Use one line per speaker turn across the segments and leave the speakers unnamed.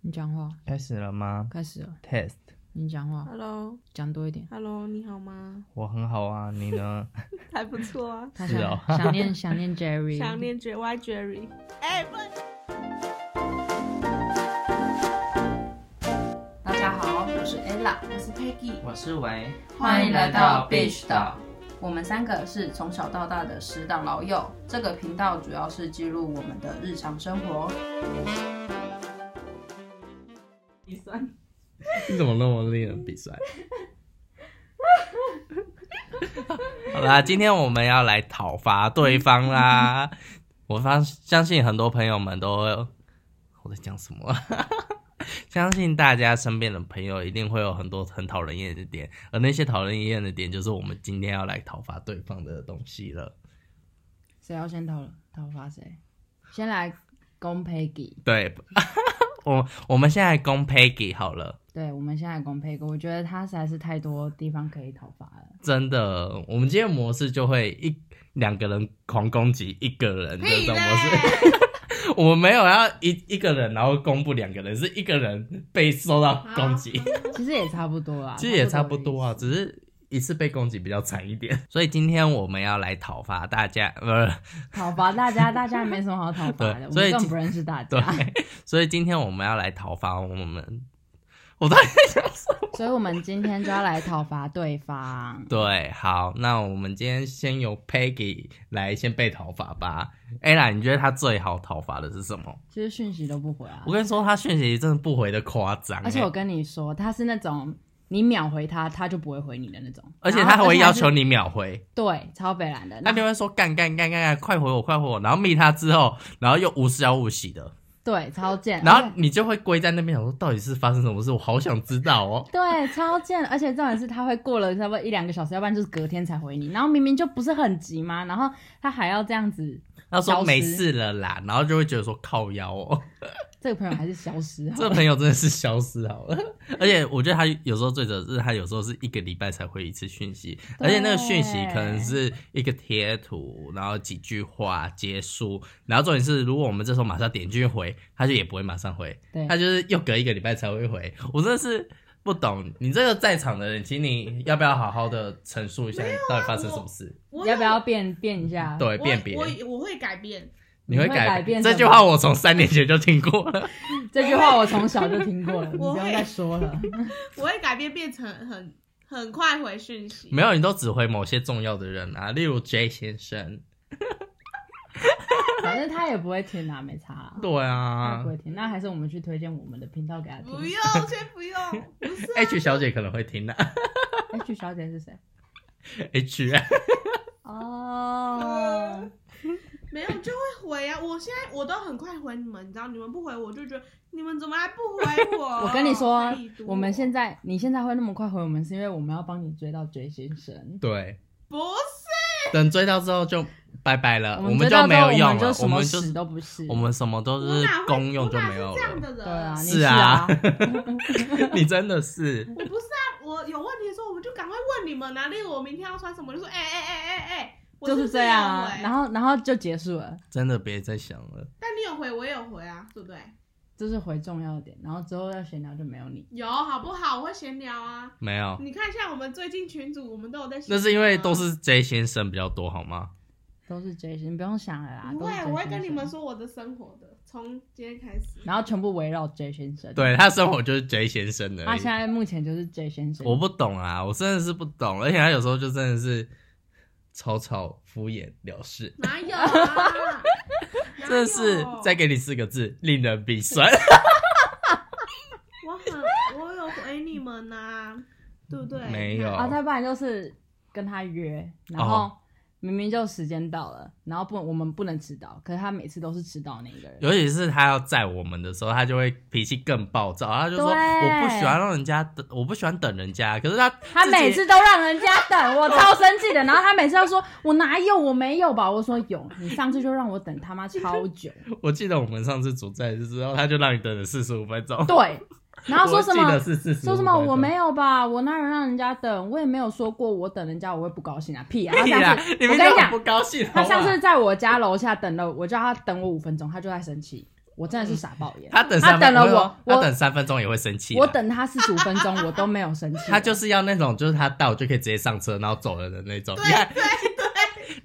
你讲话，
开始了吗
开始了。
？Test，
你讲话，
Hello，Hello，
讲多一点。
你好吗？
我很好啊，你呢？
还不错啊，
他
是
想、
哦
想念想念 Jerry，
想念 JY Jerry。哎、不
大家好，我是 Ella，我是 Peggy，
我是维，
欢迎来到 Beach 岛。我们三个是从小到大的石岛老友。这个频道主要是记录我们的日常生活。
你算
你怎么那么令人鼻酸？ 好啦，今天我们要来讨伐对方啦。我发相信很多朋友们都会，我在讲什么 啊？相信大家身边的朋友一定会有很多很讨人厌的点，而那些讨人厌的点就是我们今天要来讨伐对方的东西了。
谁要先讨讨伐谁？先来攻 Peggy。
对，我我们现在攻 Peggy 好了，
对，我们先来攻 Peggy。我觉得他实在是太多地方可以讨伐了。
真的，我们今天模式就会一两个人狂攻击一个人的这种模 式。我们没有要一一个人，然后公布两个人，是一个人被受到攻击，
其实也差不多啦，
其实也差不
的
多啊，
意思。
只是一次被攻击比较惨一点。所以今天我们要来讨伐大家，不、是。
讨伐大家，大家也没什么好讨伐
对
的，我
所以
们更
今
不认识大
对
家，，
所以今天我们要来讨伐我们，我到底在讲什么？
所以我们今天就要来讨伐对方。
对，好，那我们今天先由 Peggy 来先被讨伐吧。Ella，你觉得他最好讨伐的是什么？
其实讯息都不回啊
我，跟你说，他讯息真的不回的夸张欸、
而且我跟你说，他是那种你秒回他，他就不会回你的那种，
而且
然
他
后
还会
还
要
是
求你秒回，
对，超北蓝的。
他就会说干干干干干，快回我，快回我。然后密他之后，然后又无消无息的，
对，超贱。
然
而
后
且
你就会归在那边想说，到底是发生什么事？我好想知道哦。
对，超贱。而且重点是他会过了差不多一两个小时，要不然就是隔天才回你。然后明明就不是很急嘛，然后他还要这样子，
他
消
说
失
没事了啦，然后就会觉得说靠腰哦，
这个朋友还是消失
这
好
个朋友真的是消失好了。而且我觉得他有时候最扯的是，他有时候是一个礼拜才回一次讯息，而且那个讯息可能是一个贴图，然后几句话结束，然后重点是，如果我们这时候马上点进去回，他就也不会马上回，
对
他就是又隔一个礼拜才会回。我真的是。不懂，你这个在场的人，请你要不要好好的陈述一下到底发生什么事？
我
要不要变变一下？
对，
有
辨别
我我我会改变，
你会
你会改变
这
什么
句话，我从三年前就听过了。
这句话我从小就听过 了，你不
我
用再说了。
我会改变，变成很很快回讯息。
没有，你都只回某些重要的人啊，例如 J 先生。
反正他也不会听啊，没差啊。
对
他也
啊
不会听，那还是我们去推荐我们的频道给他听。
不用，先 不用，不是
，H 小姐可能会听的、啊、
H 哎小姐是谁？
，H
哦，
嗯没有就会回啊。我现在我都很快回你们，你知道，你们不回我就觉得你们怎么还不 回我？
我跟你说
哦太已读，
我们现在你现在会那么快回我们，是因为我们要帮你追到 J 先生。
对，
不是
等追到之后就拜拜了，我
追
就
到
没
之后
有用
我们就
了，我
什么
们就
屎都不是。
我们什么都
我
是
哪会
公用
我
就
哪
没有
是这样
了。
的人
对啊，你
是啊
啊，
你真的是，
我不是啊，我有问题的时候，我们就赶快问你们啊。例如我明天要穿什么，我就说哎哎哎哎哎，我
就是
这
这样啊
回。
然后然后就结束了，
真的别再想了。
但你有回，我也有回啊，对不对？
就是回重要的点，然后之后要闲聊就没有你。
有好不好？我会闲聊啊。
没有，
你看一下我们最近群组，我们都有在闲聊
那
啊。
是因为都是 J 先生比较多，好吗？
都是 J 先生，你不用想了啦。
不
都
会
是，J
我会跟
先
你
生
们，说我的生活的，从今天开始。
然后全部围绕 J 先生。，
对他生活就是 J 先生的。
他现在目前就是 J 先生。
我不懂啊，我真的是不懂，而且他有时候就真的是草草敷衍了事，
哪有啊？
真的是
哪有
再给你四个字，令人鼻酸。
我很我有回你们呐、对不对？
没有
啊，再不然就是跟他约，然后
哦
明明就时间到了，然后不我们不能迟到，可是他每次都是迟到那一个人。
尤其是他要载我们的时候，他就会脾气更暴躁，他就说
对
我不喜欢让人家等，我不喜欢等人家。可是他
他
自己哦
每次都让人家等， 我超生气的。然后他每次都说：“我哪有？我没有吧？”我说：“有，你上次就让我等他妈超 久。
我记得我们上次主载的时候，他就让你等了四十五分钟”。
对，然后说什
我记
么
得？是四十，
说什么？我没
有。
有吧？我哪有让人家等？我也没有说过我等人家我会不高兴啊！屁啊！他
屁
上
啦！
次
你
我
们
跟你
就
讲
很不，高兴。
他上
好
次
不
在我家楼下等了，我叫他等我五分钟，他就在生气。我真的是傻爆眼。
他等三分
他等了
没有
我
他
我
等三分钟也会生气啦。啊
我等他四十五分钟，我都没有生气。
他就是要那种，就是他到就可以直接上车，然后走人的那种。你看，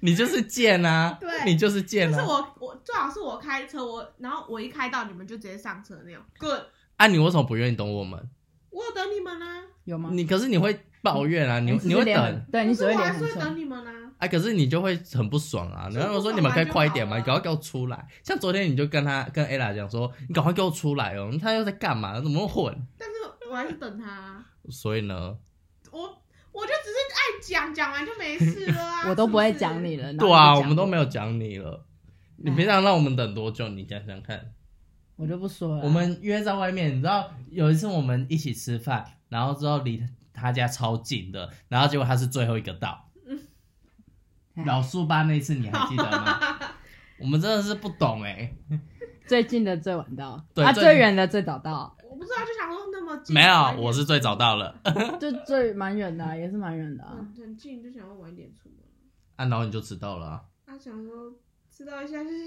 你就是贱啊！
对
你就是贱
就是
啊！
我我最好是我开车，我然后我一开到你们就直接上车那样。Good，
啊，你为什么不愿意懂我们？
我有等你们啊，
有吗？
你可是你会抱怨啊，你
只是
你会
脸很
等，
对你只
可是
会
我
脸
还是
很
会等
臭。。
你们啊。
啊，可是你就会很不爽啊。
所以
然后我说
不爽
你们可以快一点
完
嘛，
就好啊
赶快给我出来。像昨天你就跟他跟 ella 讲说，你赶快给我出来哦，他又在干嘛？怎么那么混？
但是我还是等他、啊，
所以呢，
我我就只是爱讲，讲完就没事了啊
我都不会
是是
讲你了。然后
对啊，
就
我
讲
们都没有讲你了。你
哎
平常让我们等多久？你想想看。
我就不说了。
啊
我们约在外面，你知道有一次我们一起吃饭，然后之后离他家超近的，然后结果他是最后一个到。
哎
老树吧那次你还记得 吗？我们真的是不懂哎、
最近的最晚到，
对
啊，
最
最远的最早到，
我不知道，就想说那么近，
没
晚
有，
一点
我是最早到了。
就最蛮远的啊，也是蛮远的啊。
很很近，就想要晚一点出门。
啊，然后你就迟到了啊、
他想说知道一下就是。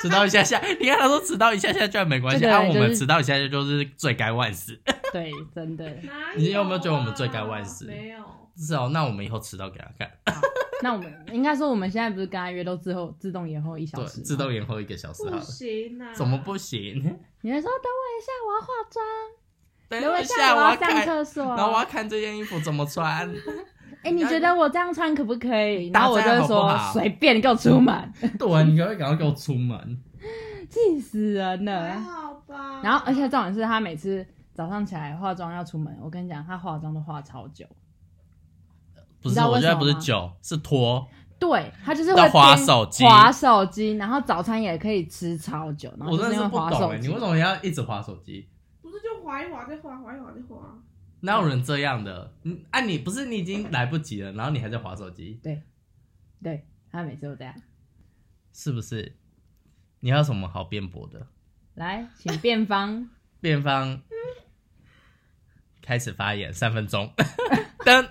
迟到一下 下。你看他说迟到一下下居然没关系，
这个
啊，
人
我
就是
们迟到一下下就是罪该万死。
对，真的
哪
你有没有
啊
觉得我们罪该万死
没有，
是哦，那我们以后迟到给他看，
那我们应该说，我们现在不是跟他约都之后自动延后一小
对，
时吗，
自动延后一个小时好
不
了。
行啊！
怎么不行？
你会说等我一下，我要化妆，
哎等
等我
一
一
下，
下，
我
我
要
要
看
上，厕所。
然后我要看这件衣服怎么穿。
哎、你觉得我这样穿可不可以？
大
然后我就会
家好不
说
好
随便，你给我出门，
对啊，你赶快赶快给我出门。
气死人
还
了。
好吧？
然后，而且重点是他每次早上起来化妆要出门，我跟你讲，他化妆都化超久。你
不是，
知道
我
为
觉
什
得
么
不是
吗
酒，是拖。
对他就是
在
会
滑
边
手机
滑手机，然后早餐也可以吃超久，然后哦
我
就
真的
因
是
为
不
滑
懂
手
哎，
机
你为什么要一直划手机？
不是就划一划再划，划一划再划。
哪有人这样的？嗯，啊，你不是你已经来不及了，然后你还在划手机，
对他每次都这样。
是不是？你还有什么好辩驳的？
来，请辩 方
辩方开始发言，三分钟。 噔，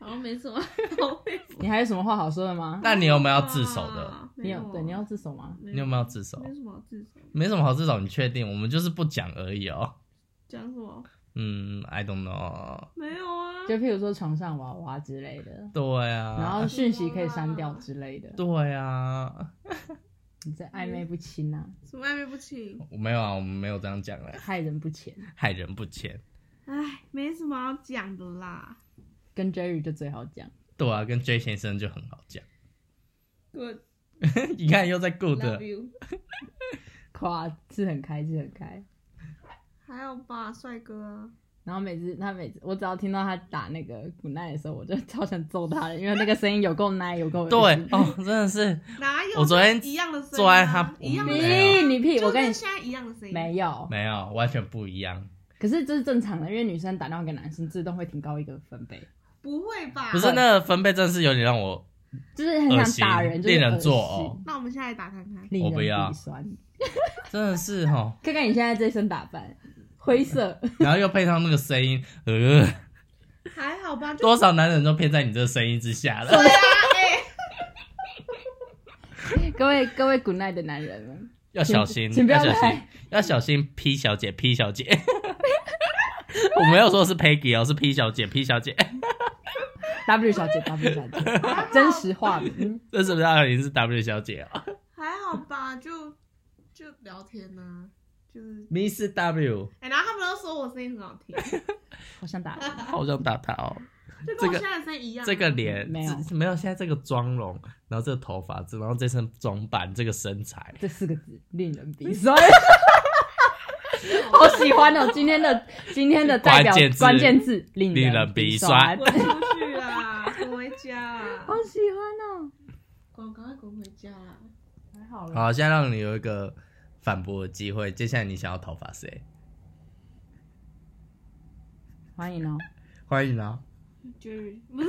好像没什 么，好
你还有什么话好说的吗？
那你有没有要自首的？
啊？
你
没
有对你要自首吗？
没
你有没有自首？
没什么好自首，
没什么好自首，你确定？我们就是不讲而已哦。
讲什么？
嗯，I don't know。
没有啊，
就譬如说床上娃娃之类的，
对啊，
然后讯息可以删掉之类的。
对啊，
你这暧昧不清啊，
什么暧昧不清？
我没有啊，我们没有这样讲哎，
害人不浅。啊
害人不浅。
唉，哎没什么好讲的啦。
跟 Jerry 就最好讲，
对啊，跟 J 先生就很好讲。
Good
你看又在 good，
love you，
夸是很开是很开。
还有吧，帅哥啊。
然后每次他每次我只要听到他打那个古奈的时候，我就 超想揍他的，因为那个声音有够奶，有够恶
对
心
哦，真的是
哪有？
我昨天
一样的声音啊，
坐在他
啊一样的
我
声
们
音，
没
你你屁，我
就
跟
跟
你
现在一样的声音。
没有，
没有完全不一样，
可是这是正常的，因为女生打电话给男生自动会提高一个分贝，
不会吧？
不是那个分贝真的是有点让我
就是很
恶
想
心
打人，，就是
令人
恶
作
心
呕，
那我们现在打看看。
令
我
人
不要
鼻酸。
真的是哦哈。
看看你现在这身打扮，灰 色，
然后又配上那个声音，呃，
还好吧，就啊
多少男人都骗在你这个声音之 下了。
哎
各位各位古奈的男人们，
要小心，
请不要
小心
来，
要小心 P 小姐，P 小姐。 我没有说是 Peggy 哦，是 P 小姐，P 小姐，
W 小姐，W 小姐，真实嗯化 名，
这是不是要已经是 W 小姐哦
还好吧，就就聊天呢、就是
？Miss W，
哎、然后他们都说我声音很好听，
好想打人。
好想打她哦。
就
这
跟我
个
现在的声音一样啊、
这个脸
没有
这没有，现在这个妆容，然后这个头发，然后这身装扮，这个身材，
这四个字令人鼻酸。 好喜欢哦！今天的今天的代表
关键字
关键字令
令人
人
鼻
酸，
酸
滚出去啊，滚回家 啊，
好喜欢哦。
滚，赶快滚回家啊！
还好啦，
好，现在让你有一个反驳的机会。接下来你想要讨伐谁？
欢迎哦。
欢迎啊！
就是不是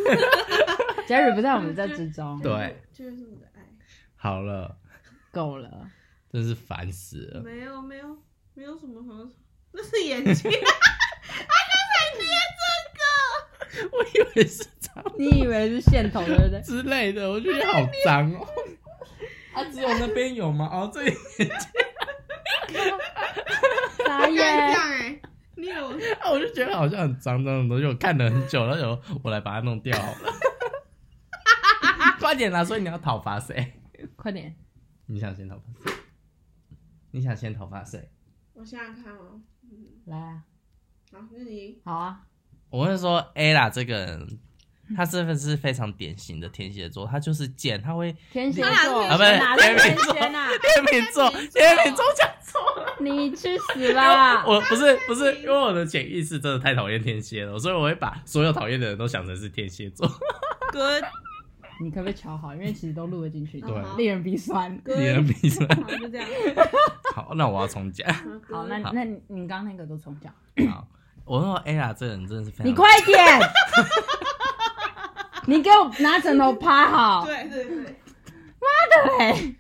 Jerry 不在我们这之中，
对，
就是我的爱，
好了，
够了。
真是烦死了。
没有没有没有什么好，那是眼 睛，
我以为是脏
你以为是线头对不 对？
之 类的，我觉得好脏哦。啊，只有那边有吗？哦，这里
傻
跟你这
眼，
样哎，你以为我
啊我就觉得好像很脏脏的东西，我看了很久，然后有我来把它弄掉好了。快点啦！所以你要讨伐谁？
快点，
你想先讨伐谁？你想先讨伐谁？
我想想看哦，嗯，
来啊，
好，那你
好啊，
我会说 A 啦，这个人他真的是非常典型的天蝎座，他就是贱，他会
天蝎
当
座
然是
哪是
天蝎
天
座
蝎呐？
天秤座，天秤座讲错了。
你去死吧！
我不是不是，因为我的潜意识真的太讨厌天蝎了，所以我会把所有讨厌的人都想成是天蝎座。
good
你可不可以瞧好？因为其实都录了进去，
对
令人鼻酸。
你的
good，
鼻酸。
好就这样。
好，那我要重 讲。
好，那
好
那你你刚刚那个都重讲，
好，我说 A 啦，这个人真的是非常。
你快点，你给我拿枕头趴好。
对对对，
对，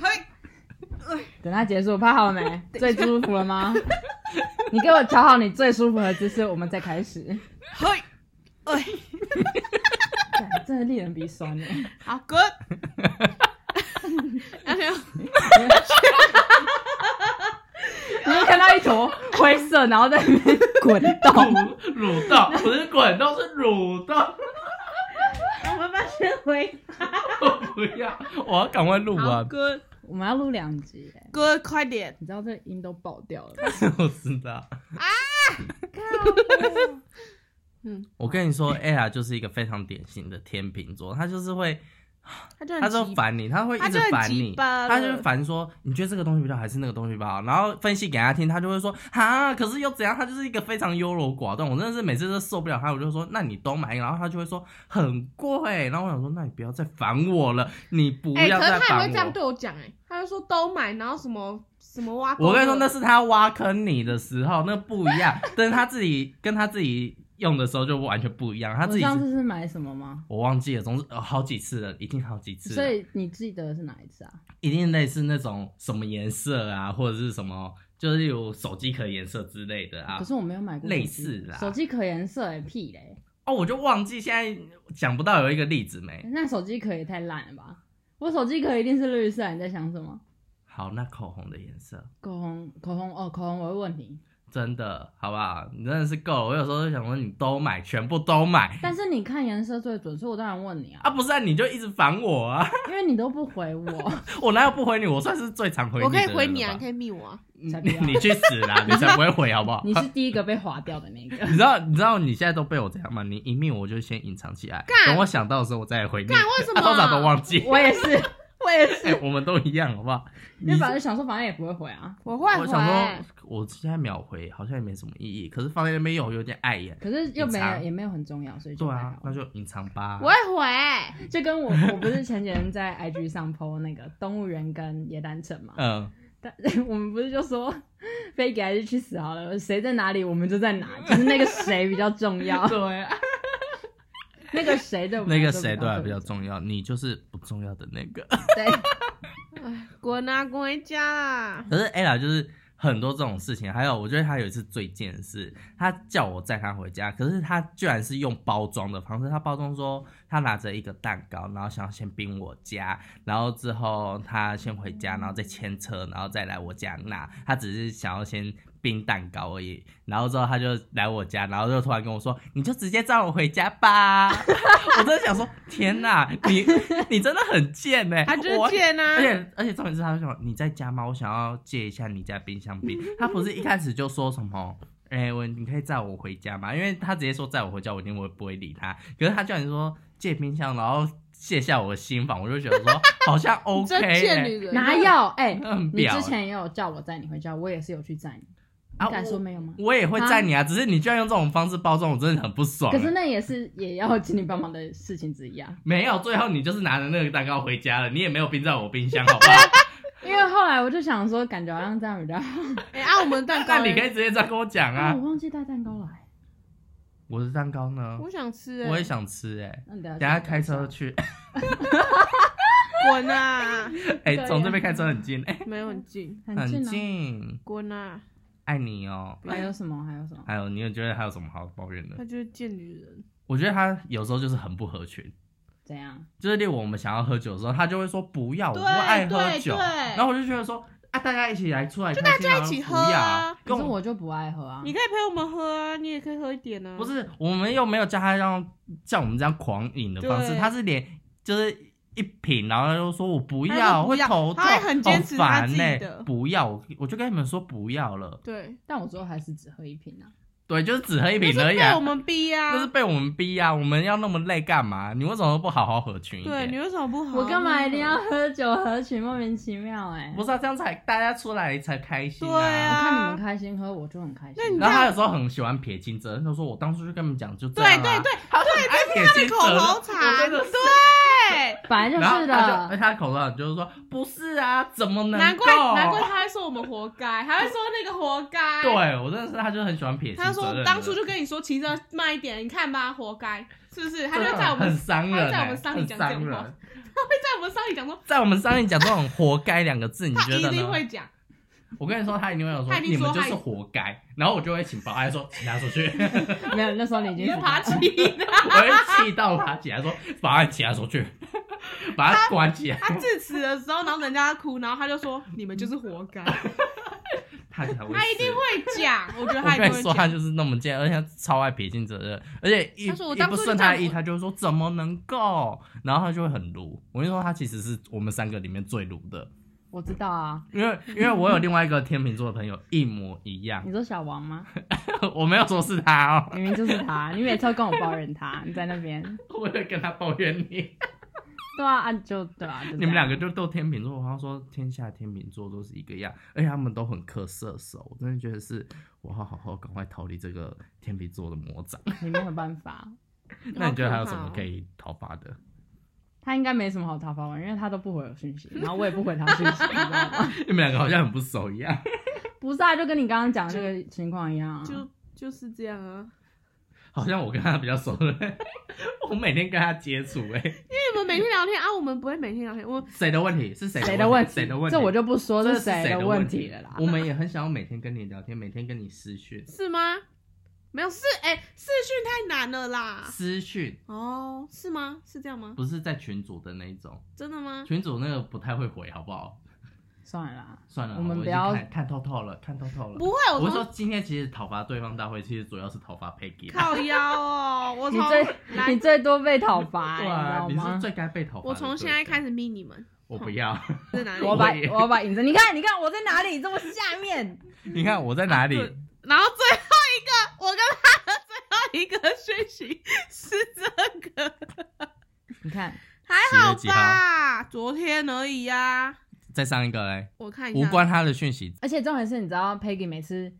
嘿，
等它结束，趴好了没？最舒服了吗？ 你给我瞧好你最舒服的姿势，我们再开始。
嘿，哎，
干真的令人鼻酸欸耶！
好 good，而且
你会看到一坨灰色，然后在那边滚动。
蠕蠕动，不是滚动，是蠕动。
我们把学回
我不要，我要赶快录
好
完。
good
我们要录两集耶，
good，快点，
你知道这音都爆掉了。
我知道。
啊哦嗯，
我跟你说，A 啦就是一个非常典型的天秤座，他就是会，
他就
他
很
就
急，
烦你，他会一
他
直
就很
烦
急
你，
巴
他就
了
烦说，你觉得这个东西比较好还是那个东西比较好？然后分析给他听，他就会说，哈，可是又怎样？他就是一个非常优柔寡断，我真的是每次都受不了他，我就说，那你都买，然后他就会说很贵，然后我想说，那你不要再烦我了，你不
哎，
要
可是
再
他也
烦
会这
我
样。对我讲，哎，他就说都买，然后什么什么挖，
我跟你说，那是他挖坑你的时候，那不一样。但是他自己跟他自己用的时候就完全不一样。他自
我
己
上
是
次是买什么吗？
我忘记了，总之、呃好几次了，已经好几次
所
了。
以你记得是哪一次啊？
一定类似那种什么颜色啊，或者是什么，就是有手机壳颜色之类的啊
可。是我没有买过手机
类似啦
手机壳颜色哎、屁嘞！
哦，我就忘记现在想不到有一个例子没。
那手机壳也太烂了吧！我手机壳一定是绿色，你在想什么？
好，那口红的颜色。
口红，口红哦，口红我会问你，
真的，好不好？你真的是够了。我有时候就想说，你都买，全部都买
但是你看颜色最准，所以我当然问你啊，
啊！不是啊，你就一直烦我啊！
因为你都不回我，
我哪有不回你？我算是最常回你
我
的
可
人
以
了吧。嗯
回你啊，你可以密我啊，
你
才不要
你去死啦！你才不会回好不好？
你是第一个被划掉的那个。
你知道你知道你现在都被我这样吗？你一命我就先隐藏起来，等我想到的时候我再来回你。
干为什 么啊
通常都忘记。
我也是，我也是，
哎、我们都一样，好不好？
因为本来就想说反正也不会回啊。
我会
我
回，
想说，我现在秒回好像也没什么意义，可是放在那边又有点碍眼。
可是又没
隐
有，
藏
也没有很重要，所以就
对
还
啊
好，。
那就隐藏吧。
我会回，
就跟我我不是前几天在 IG 上 PO 那个动物园跟野丹城嘛，
嗯，
但我们不是就说 飞给还是去死好了，谁在哪里我们就在 哪，就是那个谁比较重要，
对、啊，
那个谁对我们
那
来
个啊
说
谁对啊我比较
要，
重要，你就是不重要的那个。
对，
滚啊滚回家啦，
可是 ella 就是很多这种事情，还有我觉得他有一次最贱的是，他叫我载他回家，可是他居然是用包装的方式，他包装说他拿着一个蛋糕，然后想要先冰我家，然后之后他先回家，然后再牵车，然后再来我家拿，他只是想要先。冰蛋糕而已，然后之后他就来我家，然后就突然跟我说：“你就直接载我回家吧。” 我真的想说：“天哪，你你真的很贱呢、欸！”
他就是
我
贱啊
而，且而且重点是，他就说你在家吗？我想要借一下你家冰箱 冰。他不是一开始就说什么？哎、我你可以载我回家吗？因为他直接说载我回家，我一定会不会理他。可是他叫你说借冰箱，然后卸下我的心房，我就觉得 说好像 OK
真
欸、
贱女人，
哪有？哎、
很
你
婊
之
欸
前也有叫我载你回家，我也是有去载你，
啊
你敢说
我
没有吗？
我也会载你啊，只是你居然用这种方式包装，我真的很不爽欸、
可是那也是也要请你帮忙的事情之一啊，
没有，最后你就是拿着那个蛋糕回家了，你也没有冰在我冰箱， 好不好？
因为后来我就想说，感觉好像这样比较好，
哎啊，我们蛋糕
那你
嘞，
可以直接这样跟我讲
啊
啊
我。忘记带蛋糕来，
我的蛋糕呢？
我想吃欸，
我也想吃哎、
那你等下
等下开车去，
滚啊，
哎、
对
从这边开车很近，哎、
没有很近，
很
很
近啊。
近，
滚啊，
爱你哦。
还有什么？还有什么？
还有，你有觉得还有什么好抱怨的
她？就是贱女人，
我觉得他有时候就是很不合群，
怎样？
就是例如我们想要喝酒的时候，他就会说不要，我
对
不爱喝酒。
对对
然后我就觉得说，啊，大家一起来出来
就
开
大
心
家一起喝
不要啊
啊！
可
跟
是
我
我就不爱喝啊。
你可以陪我们喝啊，你也可以喝一点啊。
不，是我们又没有叫他让叫我们这样狂饮的方式，
对
他是连就是一瓶，然后就说我不
他
要，
说不
会
要
头痛，
他还很坚持
好
他
烦
自己
呢、
的
不要，我我就跟你们说不要了，
对，
但我最后还是只喝一瓶啊。
对，就是只喝一
就
瓶而
是
已、
被
啊
我。们逼
那是
啊。
被我们逼啊！我们要那么累干嘛？你为什么不好好合群一
对你
点？
为什么不好？
我干嘛一定要？喝啊酒合群？莫名其妙哎、
不是、啊、这样才大家出来才开心
对
我
啊
看你们开心喝，我就很开心。
那你
然后他有时候很喜欢撇清责任，他说我当初就跟你们讲就这
对
样、啊。
对对，
他很爱撇
这
清
是
责
口
任，
头
我真
禅，
的
对。
本来就
然后哎
是
他就，
的，
而且他口头上就是说不是啊，怎么能够？
难怪难怪他会说我们活该，还会说那个活该。，
对我真的是，他就很喜欢撇清责
他
任
说
的。
当初就跟你说骑车慢一点，你看吧，活该，是不是？他就
真的
在我们
很伤人欸，
他在我们丧礼
很
讲这种
伤
话
人，
他会在我们丧礼讲说，
在我们上面讲这种“活该”两个字，你
他
觉
一
得
定
呢？
会讲，
我跟你说，他一定会有
他一定
你们
说
就
他
是活该，然后我就会请保安说请他出去，
没有那时候你已经
你会
死
爬
掉了
起的。
我会气到爬起来说保安请他出去，把他关起来，
他致辞的时候，然后人家哭，然后他就说你们就是活该，
他
他
才会死。
一定会讲，我觉得他
我
一
跟
定
你
会
说，他
讲。
就是那么贱，而且他超爱撇清责任，而且一
他说我
一
当
不
初就
顺
这样
他的意，
我
他就会说怎么能够，然后他就会很鲁。我跟你说，他其实是我们三个里面最鲁的，
我知道啊，
因为因为我有另外一个天秤座的朋友一模一样
你，说小王吗？
我没有说是他哦，
明明就是他，你每次都跟我抱怨他，你在那边。
我会跟他抱怨你，
对啊，啊就对啊，就
你们两
个
个就都天秤座，他说天下天秤座都是一个样，而且他们都很克射手，我真的觉得是我要好好赶快逃离这个天秤座的魔掌。
你没有办法，
那你觉得还有什
好
么
可怕
可
哦
以讨伐的？
他应该没什么好讨伐我，因为他都不回我讯息，然后我也不回他讯息，你知道 吗？
你们两个好像很不熟一样。
不是啊，就跟你刚刚讲的那个情况一样啊。
就就是这样啊。
好像我跟他比较熟了，我每天跟他接触哎、
因为我们每天聊天啊，我们不会每天聊天，我
谁的问题是谁
谁
的
的问
题？哎谁的问题？
这我就不说
这
是
是
谁
谁
的
问
问题了啦。
我们也很想要每天跟你聊天，每天跟你私讯，
是吗？没有是哎，视讯太难了啦。
私讯
哦，是吗？是这样吗？
不是在群主的那一种，
真的吗？
群主那个不太会回，好不好？
算了啦，
算了，
我们
已经
不要
看看透透了，看透透了。
不会，
我
我
是说
从
今天其实讨伐对方大会，其实主要是讨伐 Peggy 啦。
靠腰哦，我
啊你
从
最
来
你，最多被讨 伐，欸
对啊，
你
你
知道
是
吗？
最该被讨伐。
我从现在开
始，
始密你们
我不要。
在哪里
我？把
我也
我要把影子，你看你看我在哪里？这么下面，
你看我在哪里？
啊
对然后最后一个，我跟他的最后一个讯息是这个，
你看
还好吧？昨天而已啊，
再上一个嘞，
我看一
无
下，
关他的讯息。
而且重点是，你知道 Peggy 每次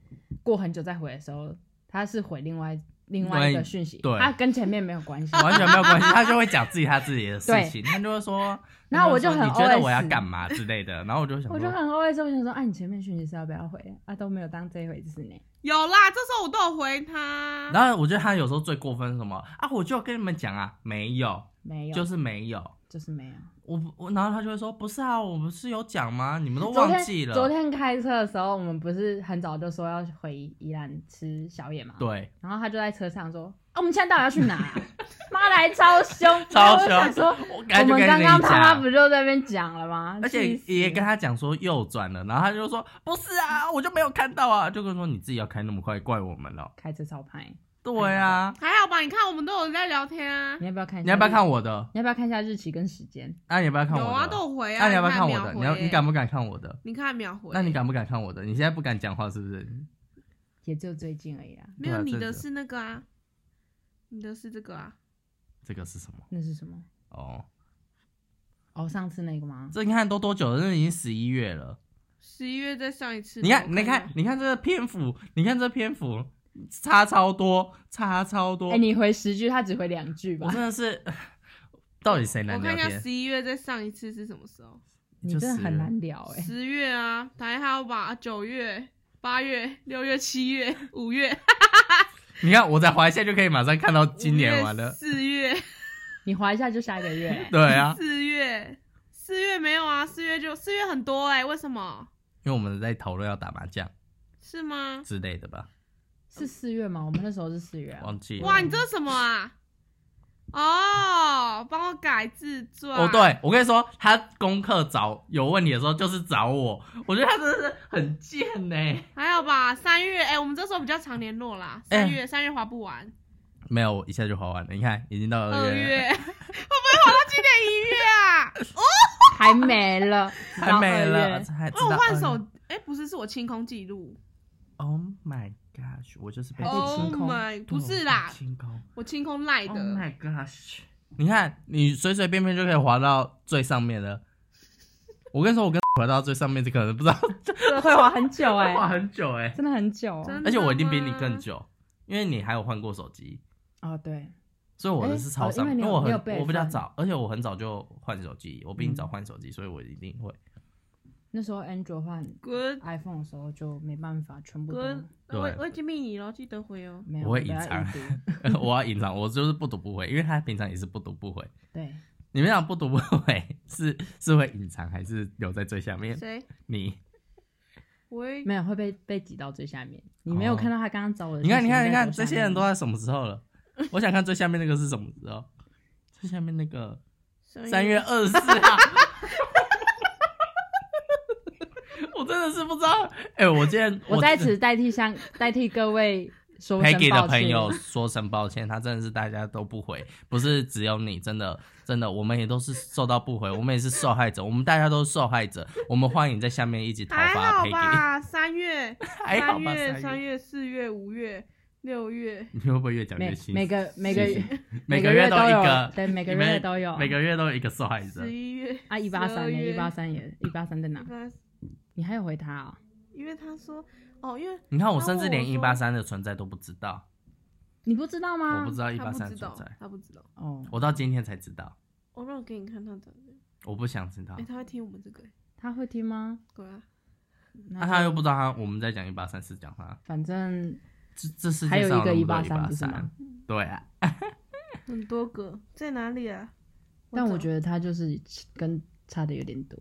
过很久再回的时候，他是回另外另外一个讯息，
对
他跟前面没有关系。
完全没有关系，他就会讲自己他自己的事情，他就会说，
然后我就
他会
很
说你觉得
OS
我要干嘛之类的，然后我就想
我就
说，
很后悔，之后我想说，啊，你前面讯息是要不要回啊？啊，都没有当这一回事呢。
有啦，这时候我都有回他，
然后我觉得他有时候最过分是什么啊？我就跟你们讲啊，没有，
没有，
就
就是
没有。
是没有。
我不我，然后他就会说，不是啊，我们是有讲吗？你们都
昨
忘记
天
了。
昨天开车的时候，我们不是很早就说要回宜兰吃宵夜嘛？。
对，
然后他就在车上说：“啊，我们现在到底要去哪、啊？” 妈来超凶，
超
我想
凶。
说，
我
我
刚
们刚刚他妈不
是，
就在那边讲了吗？
而且
气死
也跟他讲说右转了，然后他就说不是啊，我就没有看到啊，就跟我说你自己要开那么快，怪我们了。
开车超拍，
对啊，
还好吧？你看我们都有在聊天啊
你，要不要看？
你要不要？看我的？
你要不要看一下日期跟时间？
啊，你要不要看我
有
的？
啊，都有回
那、
啊，
你要不要看
你
我
还
的？
秒
你要
回
你敢不敢看我的？
你看秒回，
那你敢不敢看我的？你现在不敢讲话是不是？
也就最近而已啦。
没
对
有？
啊
你
这
的
个
是那个啊，你的是这个啊，
这个是什么？
那是什么？
哦，
哦，上次那个吗？
这你看都多久了？这已经十一月了。
十一月再上一次，
你看，
我
你
到
看，你看这个篇幅，你看这篇幅差超多，差超多。
哎、你回十句，他只回两句吧
我？真的是，到底谁难
我
聊
看一下
天？
十一月再上一次是什么时候？
你
就
真的
是
很难
哦
聊哎、
十月啊，还好吧？啊九月、八月、六月、七月、五月、
你看我在滑一下就可以马上看到今年完了。
四月、
你划一下就下一个月、欸。
对啊，
四月、四月没有啊？四月就四月很多哎、为什么？
因为我们在讨论要打麻将
是吗？
之类的吧，
是四月吗？我们那时候是四月啊。
忘记了。
哇，你这是什么啊？哦，帮我改自传。
哦，对，我跟你说，他功课找有问题的时候就是找我，我觉得他真的是很贱呢、
还有吧，三月，哎、我们这时候比较常联络啦。
哎
三月，三月划不完，
没有，我一下就划完了。你看，已经到
二
了
月 会不会划到今年一 月 啊？
还没了，直到
还没
二
了，
月
才知
哦，我
道。
换手，哎、不是，是我清空记录。
Oh my gosh！我就是被
还得
Oh
清空
my，不是啦，
清空。
我清空赖
哦 Oh
的。
my gosh！你看，你随随便便就可以滑到最上面了。我跟你说，我跟滑到最上面，这可能不知道
这个会玩很久哎、
滑很久哎、
真的很久哦
真的
而且我一定比你更
吗
久，因为你还有换过手机，
哦，对，
所以我的是超上，
哎哦因为你有
我
你有
很
备
我比较
份
早，而且我很早就换手机，我比你
嗯
早换手机，所以我一定会。
那时候 Android 换
Good
iPhone 的时候就没办法，全部都
good，
对
我我已经密你了，记得回哦。
没有，
我会
都
隐
要
藏
读
我要隐藏，我就是不读不回，因为他平常也是不读不回。
对，
你们想不读不回是是会隐藏还是留在最下面？
谁？
你
我会
没有会被被挤到最下面。你没有
哦
看到他刚刚找我的
你
讯息？
看你看你看，
在多
这
下面
些人都在什么 时候了？我想看最下面那个是什么时候？最下面那个三月二十四号。 我真的是不知道，哎、我今天
我在此代替 相代替各位说声
Peggy 的
抱
朋
歉。
友说声抱歉，他真的是大家都不回，不是只有你，真的真的，我们也都是受到不回，我们也是受害者，我们大家都是受害者，我们欢迎在下面一起讨
还
伐
好
Peggy，
吧？三月、
还哎好
三
吧？
月、
三
三
月，
月、四月、五月、六月，
你会不会越讲越
每
心
每个每个
细
月
心每
每
个
个月
都
都
一
有
个，
对每个
你们
月都有
每个月都有一个受害者
十。一月
啊一八三
12
耶，
月
一八三也一八三在哪？
那
你还有回他啊？
因为他说哦，因为
你看，我甚至连一
然后
八
我说
三的存在都不知道，
你不知道吗？
我不知道一
啊他
八
不
三
知
存
道
在，，
他不知道。哦
哦，
我到今天才知道，
我让我给你看他的，
我不想知道
哎，。他会听我们这个，哎
他会听吗？
对啊，
那
那他又不知道他我们在讲一八三是讲他，
反正
这这世
还
界
有一
上
个
那么多
183不是
183
吗，
对啊。
很多个在哪里啊？
但我觉得
得
他就是跟差的有点多。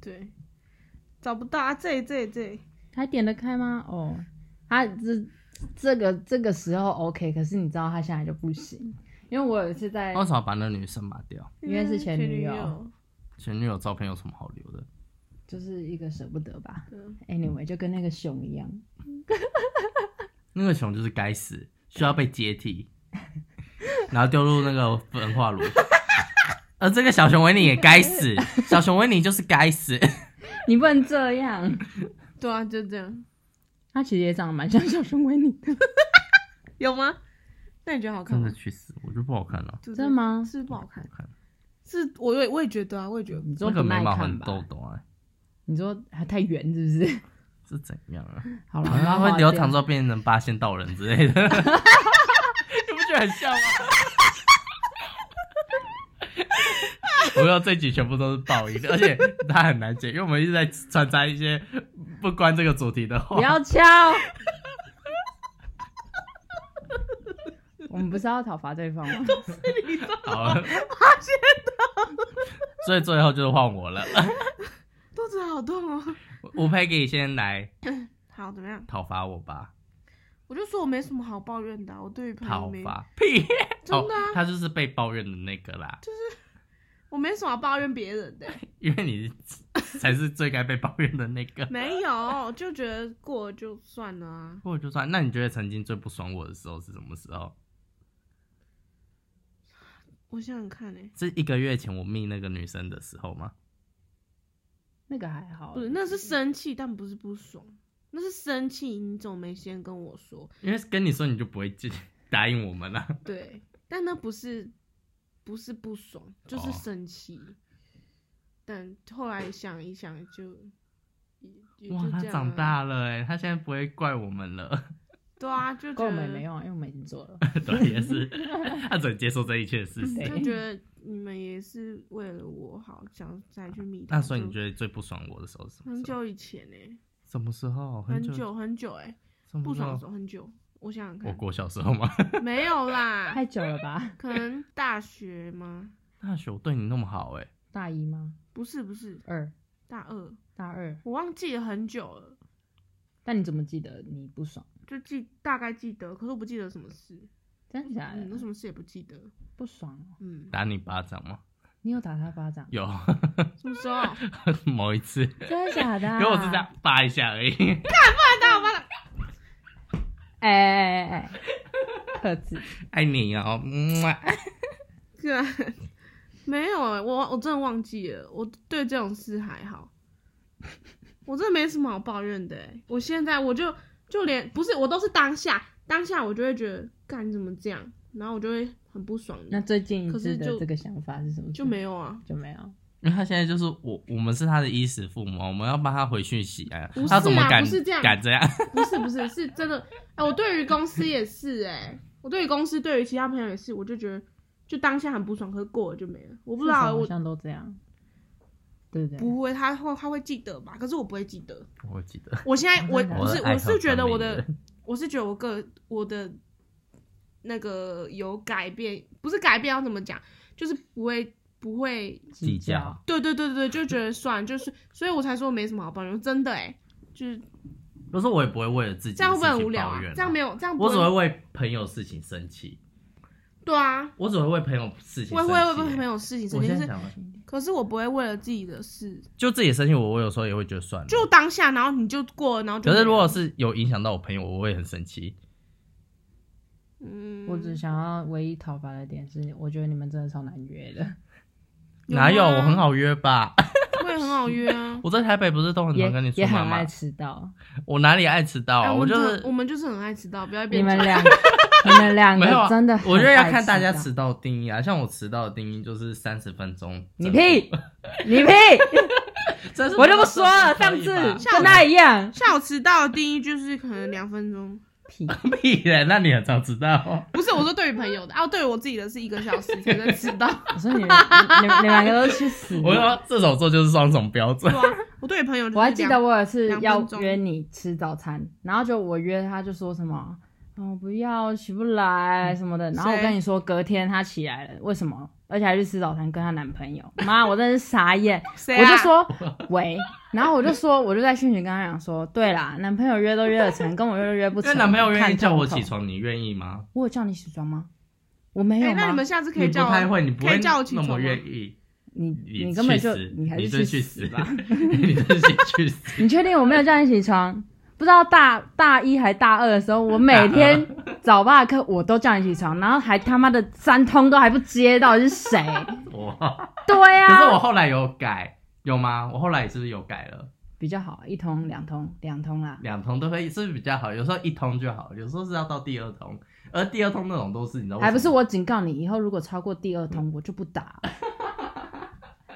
对，找不到啊，这里这里这里，
他点得开吗？哦，他这这个这个时候 OK，可是你知道他现在就不行，因为我有一次在
为什么把那女生抹掉？
因为是前女
女
友
友，
前哦女友照片有什么好留的？
就是一个舍不得吧
对。
，anyway 就跟那个熊一样，
那个熊就是该死，需要被解体， 然后丢入那个焚化炉。 而这个小熊维尼也该死，小熊维尼就是该死。
你不能这样。
对啊，就这样，
他其实也长得蛮像小熊维尼的，
有吗？那你觉得好看
真
吗
的？去死，我就不好看了。
真
真的吗
是不是不好看
不好看，
是我也我也觉得啊，我也觉 得
你说
那
不
个眉
耐
毛
看
很
吧？
痘痘啊，
你说还太圆是不是？
是怎样啊？
好了，我
然
要
后会
划
留
掉
长之后变成八仙道人之类的， 你不觉得很像吗？ 我要这集全部都是爆音，而且它很难解，因为我们一直在穿插一些不关这个主题的话。
不要敲。 我们不是要讨伐对方吗？
好了，八仙所以最后就是换我了。
肚子好痛哦。
我 Peggy 先来
好，怎么样？
讨伐我吧，
我就说我没什么好抱怨的啊、我对于朋友
讨
没，
伐屁，
真的啊
哦他就是被抱怨的那个啦，
我没什么好抱怨别人的、
因为你才是最该被抱怨的那个。
没有，就觉得过了就算了啊。
过就算。那你觉得曾经最不爽我的时候是什么时候？
我想想看、欸，
是一个月前我密那个女生的时候吗？
那个还好，
不是，那是生气，但不是不爽，那是生气，你怎么没先跟我说？
因为跟你说你就不会记 答应我们了、
对，但那不是，不是不爽，就是
哦
生气。但后来想一想就，也也就
哇，她
这样
长
啊
大了哎，她现在不会怪我们了。
对啊，就觉
跟我
得
们没用啊，因为我们已经做了。
对，也 是，她只能接受这一切事实。
对
就觉得你们也是为了我好，想再去密他。
那所以你
就
觉得最不爽我的时候是什么
很
时候？
久以前呢、欸？
什么时候？
很
久？
久很久哎、
什么
不爽的
时
时
候？
候很久。我想想
我
看，
国小时候吗？
没有啦
太，久了吧？
可能大学吗？
大学我对你那么好哎，
大一吗？
不是不是，
二
大二，
大二，
我忘记了很久了，
但你怎么记得你不爽？
就记大概记得，可是我不记得什么事。
真的
哎
假的？
嗯，我什么事也不记得。
不爽哦、
嗯，
打你巴掌吗？
你有打他巴掌？
有
什么时候？啊干
某一次，
真的假的、 啊？
可我是这样扒一下而已。
到我巴掌，
哎哎哎哎，克 制。
爱你哦，嗯啊
干没有欸我我真的忘记了，我对这种事还好，我真的没什么好抱怨的、欸。我现在我就就连不是我都是当下，当下我就会觉得干你怎么这样，然后我就会很不爽
那最近一
可
次
是
的
就
这个想法是什么？
就没有啊，
就没有。
因为他现在就是我，我们是他的衣食父母，我们要帮他回讯息啊
不，是啊
他怎么敢
不是这样
敢这样？
不是不是，是真的。哎、我对于公司也是哎、我对于公司，对于其他朋友也是，我就觉得就当下很不爽，可是过了就没了。我不知
至
道，啊
少好
我
像都这样，对不对？
不会，他会他会记得吧？可是我不会记得。
我记得
我现在我
真的
不是，
我爱
我
上
是觉得我
上面
的
的，
我是觉得我个我的那个有改变，不是改变要怎么讲，就是不会不会，
计较，
对对对对，就觉得算了，就是，所以我才说没什么好抱怨，真的哎、就是
可是我也不会为了自己
这样会不
的
会
事
很
情
无聊
抱
啊
怨？
这样没有这样不
我只
会
会为朋友事情生气，
对啊，
我只会为朋友事情
我
生
也
气。欸
会会不会没有事情生
我
气？
现在
就是
想了，
可是我不会为了自己的事，
就自己生气，我我有时候也会觉得算了。
就当下，然后你就过了，然后就
可是如果
没了
是有影响到我朋友，我会很生气。
嗯，
我只想要唯一讨伐的点是，我觉得你们真的超难约的，
有
哪有
吗
我很，好约吧？。
我也很好约 啊
我在台北不是都很
也
常跟你出
也
门
很
吗
爱？迟到。
我哪里爱迟到啊？
哎
我
们
就
真的
是
我们就是很爱迟到，不要一
你
边
们 两，你们两
没有
个
啊
真的，
我觉得要看大家
迟
迟到的定义啊。像我迟到的定义就是三十分钟。
到。你屁，你屁，
真 是！
我就不说了。上次
像
跟他一样，
下午迟到的定义就是可能两分钟，
屁。
屁人，那你很常迟到哦。
嗯
不是我说对于朋友的，啊，对于我自己的是一个小时才能 迟到。
我说你们，你们你们两个都去死！
我说射手座就是双重标准
对。啊， 我对于朋友就是
我还记得
两
我有一次
两
要
分钟
约你吃早餐，然后就我约他就说什么，哦不要起不来什么的，然后我
谁
跟你说隔天他起来了，为什么？而且还去吃早餐跟她男朋 友，妈，我真是傻眼，
谁、啊，
我就说喂，然后我就说我就在讯息跟他讲说，对啦，男朋友约都约得成，跟我约都约不
因为
成，
男朋友愿意
看
叫我
痛
起
痛，
床，你愿意吗？
我有叫你起床吗？我没有
哎、
吗？
那你们下次可
你
以
不
叫我，
太会，你不
可
会
以叫我起
那
床
么
吗
愿意。
你
你
根本
去
就
死
还
你
是
真去
死
死
吧。
你真是去死！
你确定我没有叫你起床？不知道大大一还大二的时候，我每天早八的课我都叫你起床，然后还他妈的三通都还不接，到底是谁？
我
对
可是我
啊，
后来有改，有吗？我后来是不是有改了？
比较好，一通两通两通啦。
两通都可以，是不是比较好？有时候一通就好，有时候是要到第二通，而第二通那种都是你知道为什么吗，
还不是我警告你，以后如果超过第二通，我就不打了。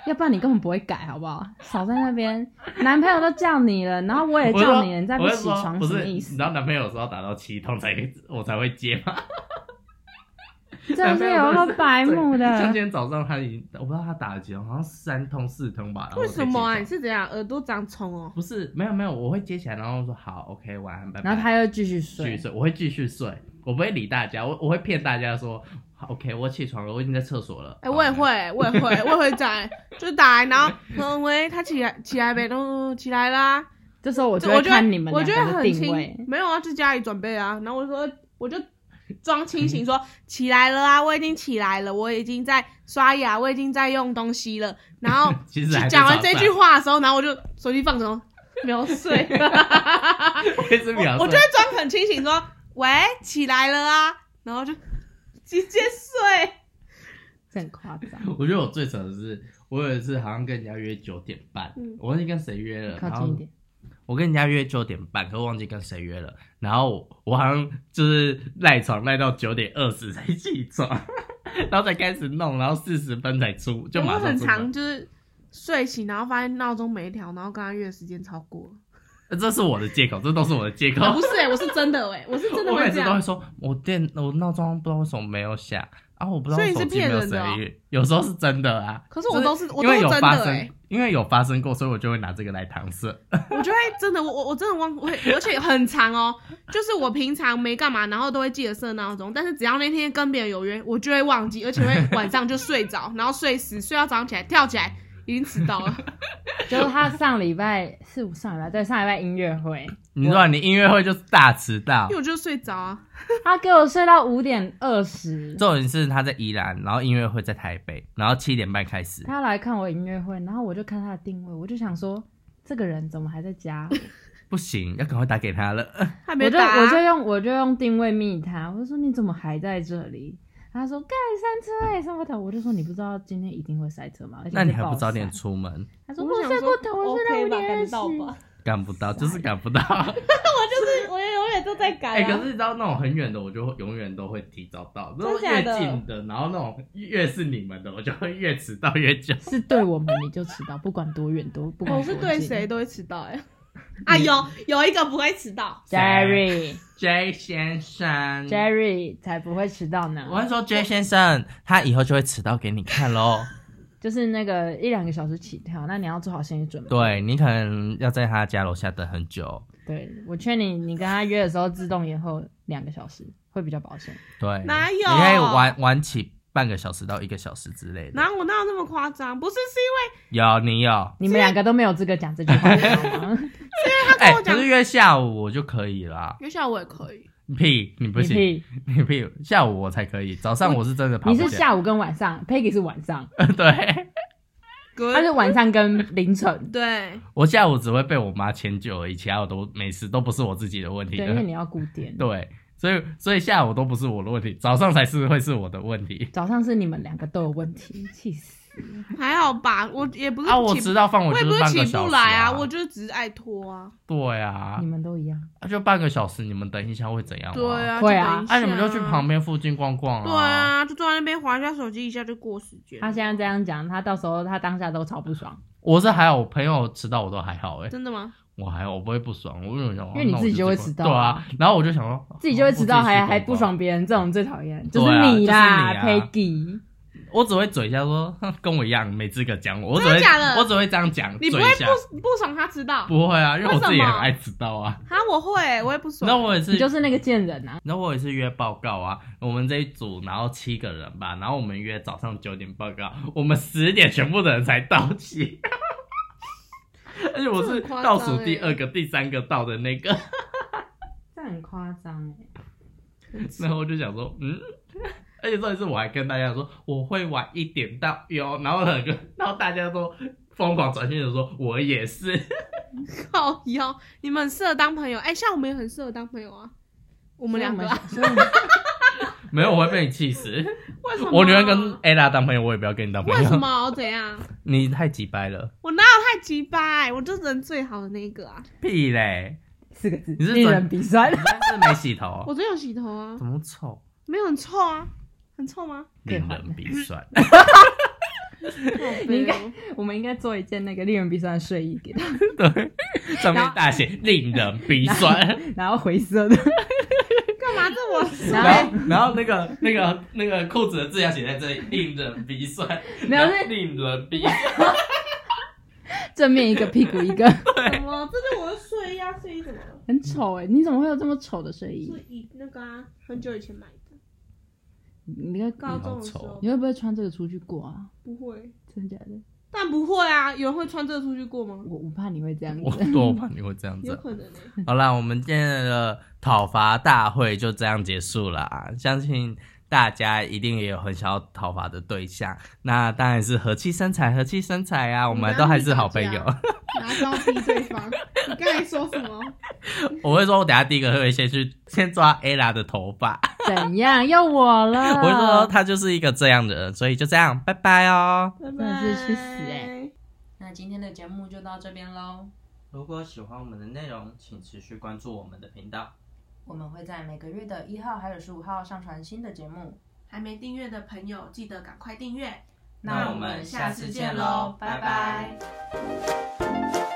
要不然你根本不会改，好不好？少在那边，男朋友都叫你了，然后我也
我就说
叫你了，你再
我就
起
说
床
不
什么
是，
意
你
思
知？道男朋友有时候打到七通才我才会 接吗？
真的是有个白目的。
像今天早上他已经，我不知道他打了几通，好像三通四通吧。然后我
为
才
什么啊？
接
你
起
是怎样耳朵长虫哦
来？不是，没有没有，我会接起来，然后说好，OK，晚安，拜拜。
然后他又继续
继续
睡，
睡，我会继续睡，我不会理大家，我我会骗大家说好，OK，我起床了，我已经在厕所了。
哎、我也会，我也会，我也会这样、哎就是打来，然后嗯喂，他起来起来没？嗯，起来啦。
这时候我
我
就
我
会
觉得
看你们
我
两
觉
个
得
的
很
定位
清，。没有啊，就家里准备啊。然后我就说，我就装清醒说起来了啊，我已经起来了，我已经在刷牙，我已经在用东西了。然后
其实还在
讲完这
早上
句 话的时候，然后我就手机放着，秒睡。
我也是秒
我
睡
就会装很清醒说：“喂，起来了啊！”然后就直接睡。
这很夸张。
我觉得我最扯的是，我有一次好像跟人家约九点半，
嗯
我忘记跟谁约了，
靠
然
近一
后
点，
我跟人家约九点半，可我忘记跟谁约了，然后我我好像就是赖床赖到九点二十才起床， 然后才开始弄，然后四十分才出，就马
我
上
很
出
长，
门。
就是睡醒，然后发现闹钟没调，然后跟他约的时间超过了。
这是我的借口，这都是我的借 口。
啊、不是哎、我是真的哎、我是真的
我每
会这
次都会
样。
说，我电我闹钟不知道为什么没有响，啊，我不知道
所以
我手
你是
机没有
骗人的哦
声音，有时候是真的啊。
可是我都是我
因
都
为
是
有
真
发
的
生，
哎、
因为有发生过，所以我就会拿这个来搪塞。
我就会真的我我我真的忘我会，而且很长哦，就是我平常没干嘛，然后都会记得设闹钟，但是只要那天跟别人有约，我就会忘记，而且会晚上就睡着，然后睡死，睡到早上起来跳起来，已经迟到了。
就是他上礼拜是上礼拜对上礼拜音乐会，
你说你音乐会就是大迟到
因为，我就睡着啊，
他给我睡到五点二十，
重点是他在宜兰，然后音乐会在台北，然后七点半开始。
他来看我音乐会，然后我就看他的定位，我就想说这个人怎么还在家？
不行，要赶快打给他了。
还
我
没
就
打啊、
我就用我就用定位密他，我就说你怎么还在这里？他说盖塞车哎、欸、什么的，我就说你不知道今天一定会塞车吗？而且
那你还
是
不
爆
早点
塞？
出门？
他说
我
我
想
睡
说
过头，我睡到
OK
五
吧，
点二
赶到
十
吧。。
赶不到，就是赶不到。
我就是我永远都在
哎、
改啊。
可是你知道那种很远的，我就会永远都会提早到；那
真的
种
假
越
的
近的，然后那种越是你们的，我就会越迟到越久。
是对我们你就迟到， 不管多远多不管
我是
多
对
近
谁都会迟到哎、
啊，有有一个不会迟到，
？Jerry
J 先生
Jerry 才不会迟到呢。
我跟你说，J 先生他以后就会迟到给你看喽。
就是那个一两个小时起跳，那你要做好心理准备。
对你可能要在他家楼下等很久。
对，我劝你，你跟他约的时候自动延后两个小时会比较保险。
对，
哪有
你可以晚晚起半个小时到一个小时之类的。
哪有我哪有那么夸张？不是，是
有你有，
你们两个都没有资格讲这句话，你知道吗？
哎、
我讲
可是约下午我就可以啦。
因为下午我也可以，
屁， 你不
你
行，
屁，
你屁，下午我才可以，早上我是真的爬
你
不
是
下。
下午跟晚上，Peggy 是晚上，
对，
哥
他是晚上跟凌晨。
对，
我下午只会被我妈迁就而已，其他我都每次都不是我自己的问题
对，因为
的。
你要固点。
对，所以所以下午都不是我的问题，早上才是会是我的问题。
早上是你们两个都有问题，气死！
还好吧，我也不是
啊，我
起
迟到放
我也
就
不
半
是
个
起
小
不
时
来啊，我就只是爱拖啊。
对啊
你，们都一样。
啊就半个小时，你们等一下会怎样？
对，啊，
会啊
就等一下
哦啊你们就去旁。边哦附近逛逛
对。啊，就坐在那边划一下手机，一下就过时间。
他现在这样讲，他到时候他当下都超不爽，
我是还好，我朋友迟到我都还好哎，
真的吗？
我还好，我不会不爽，我为什么？
因为你
那我
自己就会
自
迟到
对
啊
啊，然后我就想说，
自己就会迟到，
我自己
还
去逛
还
逛
哦不爽别人，这种最讨厌，
对
是
啊
你啦
就是你啊
，Peggy。
我只会嘴一下说，哼跟我一样没资格讲我，我只
真的
会
假的
我只会这样讲，
你不
嘴
会
一下
不不爽他迟到？
不会啊，因为我
为什
自己也
么
很爱迟到啊。
啊，我会，我也不爽。
那我也是
你，就是那个贱人啊！
然后我也是约报告啊，我们这一组然后七个人吧，然后我们约早上九点报告，我们十点全部的人才到 齐，而且我是
这很夸
倒
张欸
数第二个、第三个到的那个，
这很夸张哎，
然后我就想说，嗯，而且这一次我还跟大家说我会晚一点到哟，然后很个，然后大家都疯狂传讯息说我也是，
靠腰，你们很适合当朋友。哎、像我们也很适合当朋友啊。我
我
们两个、啊，
所以我们
没有，我会被你气死，
为什么？
我宁愿跟 Ella 当朋友，我也不要跟你当朋
啊为什
友，
么？我哦怎样？
你太急掰了，
我哪有太鸡掰？我就人最好的那一个啊！
屁嘞，
四个字，
你是
一人鼻 酸
你。真是没洗头、
我真有洗头啊，
怎么臭？
没有很臭啊，很臭吗？
对
令人鼻酸。
你应该，我们应该做一件那个令人鼻酸的睡衣给他，
对，上面大写“令人鼻酸
然后灰色的，
干嘛这么”，
然
然
后
后然后那个那个那个裤子的字要写在这里，“令人鼻酸”，
没有
然后
是
令人鼻酸。
正面一个，屁股一个，
什么？这是我的睡衣啊，睡衣怎么了？
很丑哎！你怎么会有这么丑的睡衣
是？以那个啊，很久以前买的，
你应该
高中的时
你好
候
你会不会穿这个出去过啊？
不会，
真假的？
但不会啊，有人会穿这个出去过吗？
我我怕你会这样
我
子。
多怕你会这样
有
子。啊
可能、欸。
好啦，我们今天的讨伐大会就这样结束了啊！相信大家一定也有很想要讨伐的对象，那当然是和气生财，和气生财啊！我们都还是好朋友。
拿刀逼对方。你刚才说什么？
我会说，我等一下第一个会先去先抓 Ella 的头发。
怎样？要我了？
我就说他就是一个这样的人，所以就这样，拜拜哦。
真
的是去死欸
那今天的节目就到这边喽，
如果喜欢我们的内容，请持续关注我们的频道。
我们会在每个月的一号还有十五号上传新的节目。
还没订阅的朋友，记得赶快订阅。
那我们下次见喽拜拜。